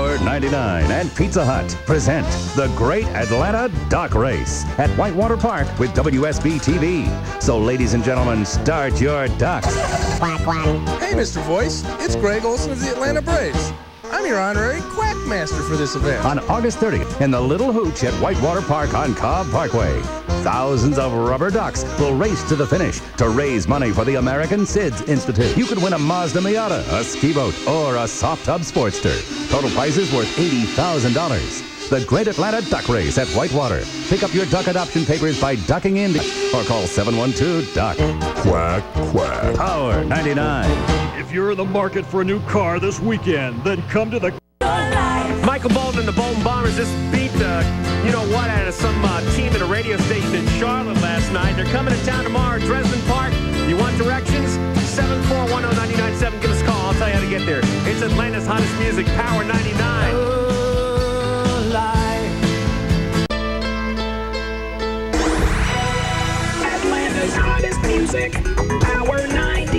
99 and Pizza Hut present the Great Atlanta Dock Race at Whitewater Park with WSB TV. So, ladies and gentlemen, start your ducks. Hey, Mr. Voice, it's Greg Olson of the Atlanta Braves. I'm your honorary quackmaster for this event. on August 30th in the Little Hooch at Whitewater Park on Cobb Parkway. Thousands of rubber ducks will race to the finish to raise money for the American SIDS Institute. You could win a Mazda Miata, a ski boat, or a soft tub Sportster. Total prizes worth $80,000. The Great Atlanta Duck Race at Whitewater. Pick up your duck adoption papers by ducking in or call 712-DUCK. Quack, quack. Power 99. If you're in the market for a new car this weekend, then come to the Michael Bolton and the Bolton Bombers just beat the, you know what, out of some uh, team at a radio station in Charlotte last night. They're coming to town tomorrow, Dresden Park. You want directions? 7410997. Give us a call. I'll tell you how to get there. It's Atlanta's hottest music, Power 99. Atlanta's hottest music, Power 99.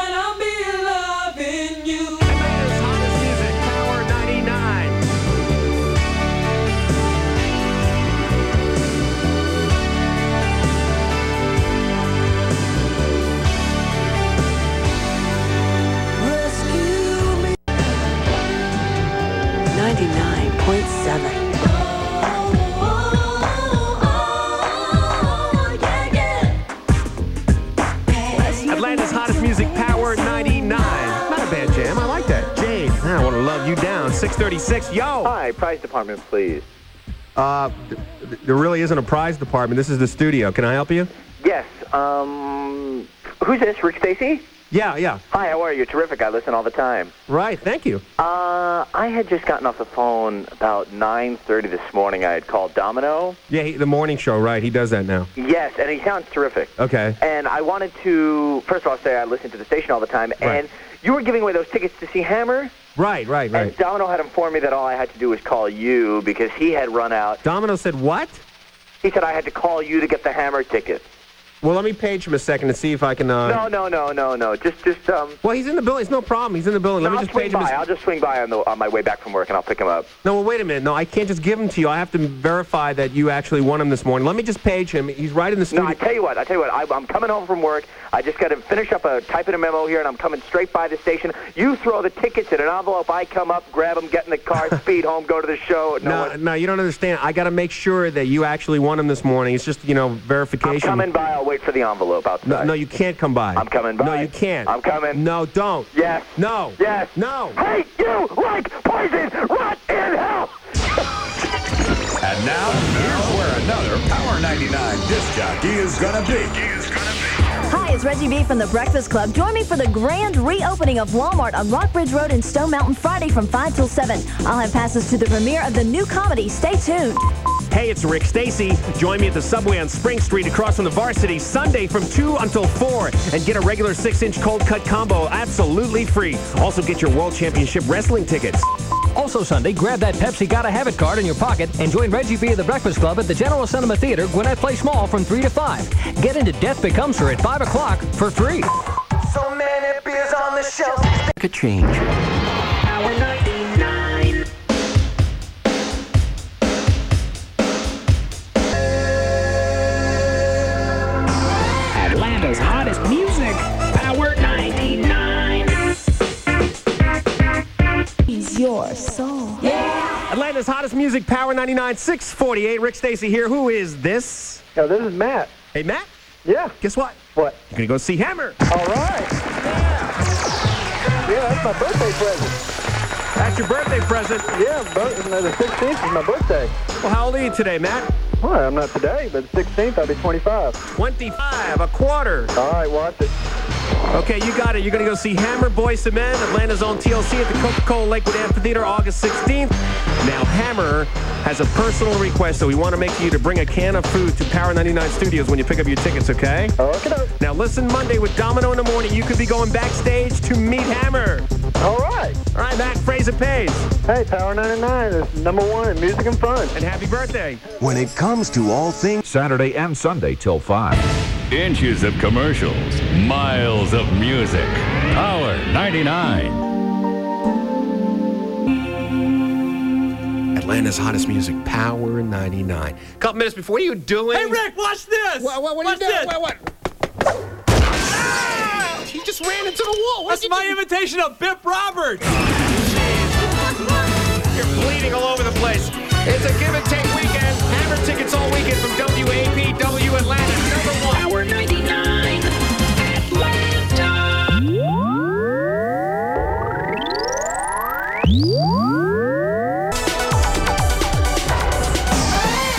And I'll be loving you. Atlanta's hottest music, Power 99. Rescue me. 99.7. Oh, oh, oh, yeah, yeah. Atlanta's hottest music, Power 99. Not a bad jam. I like that. Jade, I want to love you down. 636, yo. Hi, price department, please. Uh, th- th- there really isn't a prize department. This is the studio. Can I help you? Yes, um, who's this? Rick Stacy? Yeah, yeah. Hi, how are you? Terrific. I listen all the time. Right. Thank you. Uh, I had just gotten off the phone about 9.30 this morning. I had called Domino. Yeah, he, the morning show. Right. He does that now. Yes, and he sounds terrific. Okay. And I wanted to, first of all, say I listen to the station all the time. Right. And you were giving away those tickets to see Hammer, Right. Right. and Right. Domino had informed me that all I had to do was call you because he had run out. Domino said what? He said I had to call you to get the Hammer tickets. Well, let me page him a second to see if I can. Uh... No, no, no, no, no. Just, just, um, Well, he's in the building. It's no problem. He's in the building. no, let me I'll just swing page him. by. a- I'll just swing by on, the, on my way back from work and I'll pick him up. No, well, wait a minute. No, I can't just give him to you. I have to verify that you actually won him this morning. Let me just page him. He's right in the No, studio. I tell you what, I tell you what, I, I'm coming home from work. I just got to finish up a type in a memo here, and I'm coming straight by the station. You throw the tickets in an envelope. I come up, grab them, get in the car, speed home, go to the show. No, no, one- no, you don't understand. I got to make sure that you actually won him this morning. It's just, you know, verification. I'm coming by. I'll wait for the envelope No, outside. no, you can't come by. I'm coming No, by. you can't. I'm coming. No, don't. Yes. No. Yes. No. Hate you like poison. Rot in hell. And now, here's where another Power 99 disc jockey is gonna be. Hi, it's Reggie B from The Breakfast Club. Join me for the grand reopening of Walmart on Rockbridge Road in Stone Mountain Friday from 5 till 7. I'll have passes to the premiere of the new comedy. Stay tuned. Hey, it's Rick Stacy. Join me at the subway on Spring Street across from the varsity Sunday from 2 until 4 and get a regular 6 inch cold cut combo absolutely free. Also, get your World Championship wrestling tickets. Also Sunday, grab that Pepsi Gotta Have It card in your pocket and join Reggie B of the Breakfast Club at the General Cinema Theater, Gwinnett Place Mall from 3 to 5. Get into Death Becomes Her at 5 o'clock for free. So many beers on the shelf. Make a change. Power 99. Atlanta's hottest music, Power 99. Atlanta's hottest music, Power 99, 648. Rick Stacy here. Who is this? Now, this is Matt. Hey, Matt, Yeah. guess what? What? You're going to go see Hammer. All right. Yeah, that's my birthday present. That's your birthday present. Yeah, the 16th is my birthday. Well, how old are you today, Matt? Well, I'm not today, but 16th I'll be Uh-huh. 25. 25, a quarter. All right, watch it. Okay, you got it. You're going to go see Hammer, Boys to Men, Atlanta's own TLC at the Coca-Cola Lakewood Amphitheater August 16th. Now, Hammer has a personal request, so we want to make you to bring a can of food to Power 99 Studios when you pick up your tickets, okay? Okay. Now, listen Monday with Domino in the Morning. You could be going backstage to meet Hammer. All right. All right, Matt, Fraser Pays, Hey, Power 99 is number one in music and fun. and happy birthday. When it comes to all things Saturday and Sunday till 5. Inches of commercials, miles of music. Power 99. Atlanta's hottest music, Power 99. Couple minutes before, what are you doing? Hey, Rick, watch this! What, what, what watch are you doing? This. Ah! What, what? He just ran into the wall. That's my imitation of Biff Roberts. You're bleeding all over the place. It's a give and take weekend. Hammer tickets all weekend from WAPW Atlanta, number one. Power 99, Atlanta.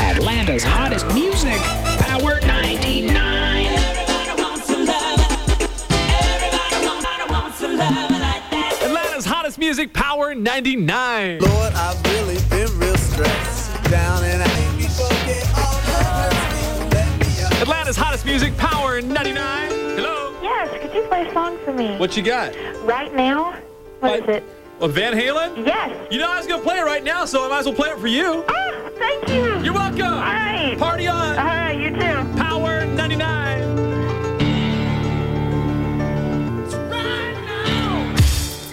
Atlanta's hottest music, Power 99. Atlanta's hottest music, Power 99. Lord, I've really been real stressed. Down and out. Atlanta's hottest music, Power 99. Hello? Yes, could you play a song for me? What you got? Right now? What is it? Well, Van Halen? Yes. You know I was going to play it right now, so I might as well play it for you. Ah, thank you. You're welcome. All right. Party on. All right, you too. Power 99.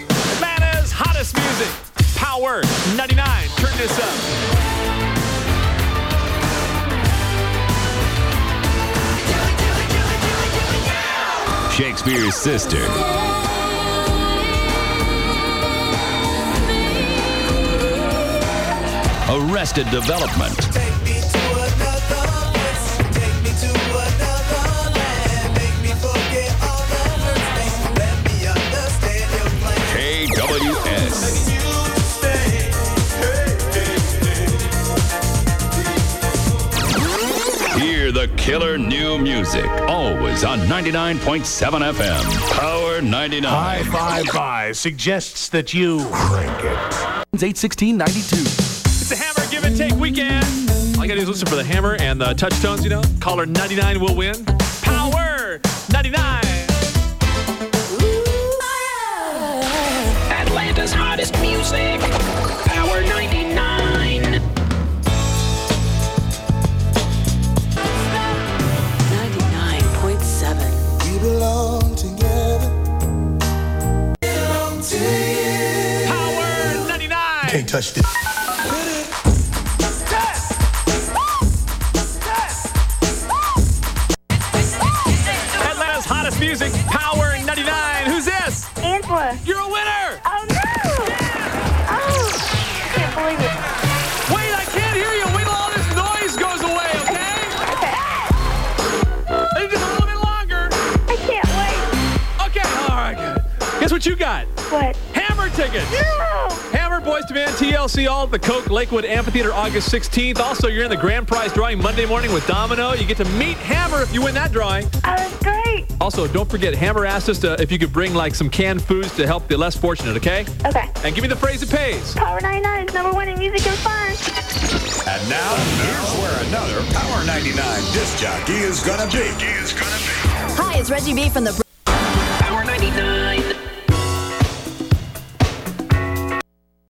Atlanta's hottest music, Power 99. Turn this up. Shakespeare's sister. Arrested Development. KWS. Hear the killer new music, always on 99.7 FM. Power 99. High Five Five suggests that you crank it. 81692. It's a hammer give and take weekend. All you gotta do is listen for the hammer and the touch tones, you know. Caller 99 will win. Power 99. Atlanta's hottest music, Power 99. 99.7. We belong together. Power 99. Can't touch this. Atlanta's hottest music, Power 99. Who's this? Angela. You're a winner. Oh, no. Oh, I can't believe it. Wait, I can't hear you. Wait till all this noise goes away, okay? And just a little bit longer. I can't wait. Okay, all right, good. Guess what you got? What? Hammer tickets. Hammer Boys to Man TLC All at the Coke Lakewood Amphitheater August 16th. Also, you're in the grand prize drawing Monday morning with Domino. You get to meet Hammer if you win that drawing. Oh, great. Also, don't forget, Hammer asked us to, if you could bring like some canned foods to help the less fortunate, okay? Okay. And give me the phrase that pays. Power 99 is number one in music and fun. And now, here's where another Power 99 disc jockey is gonna be. He is gonna be. Hi, it's Reggie B from the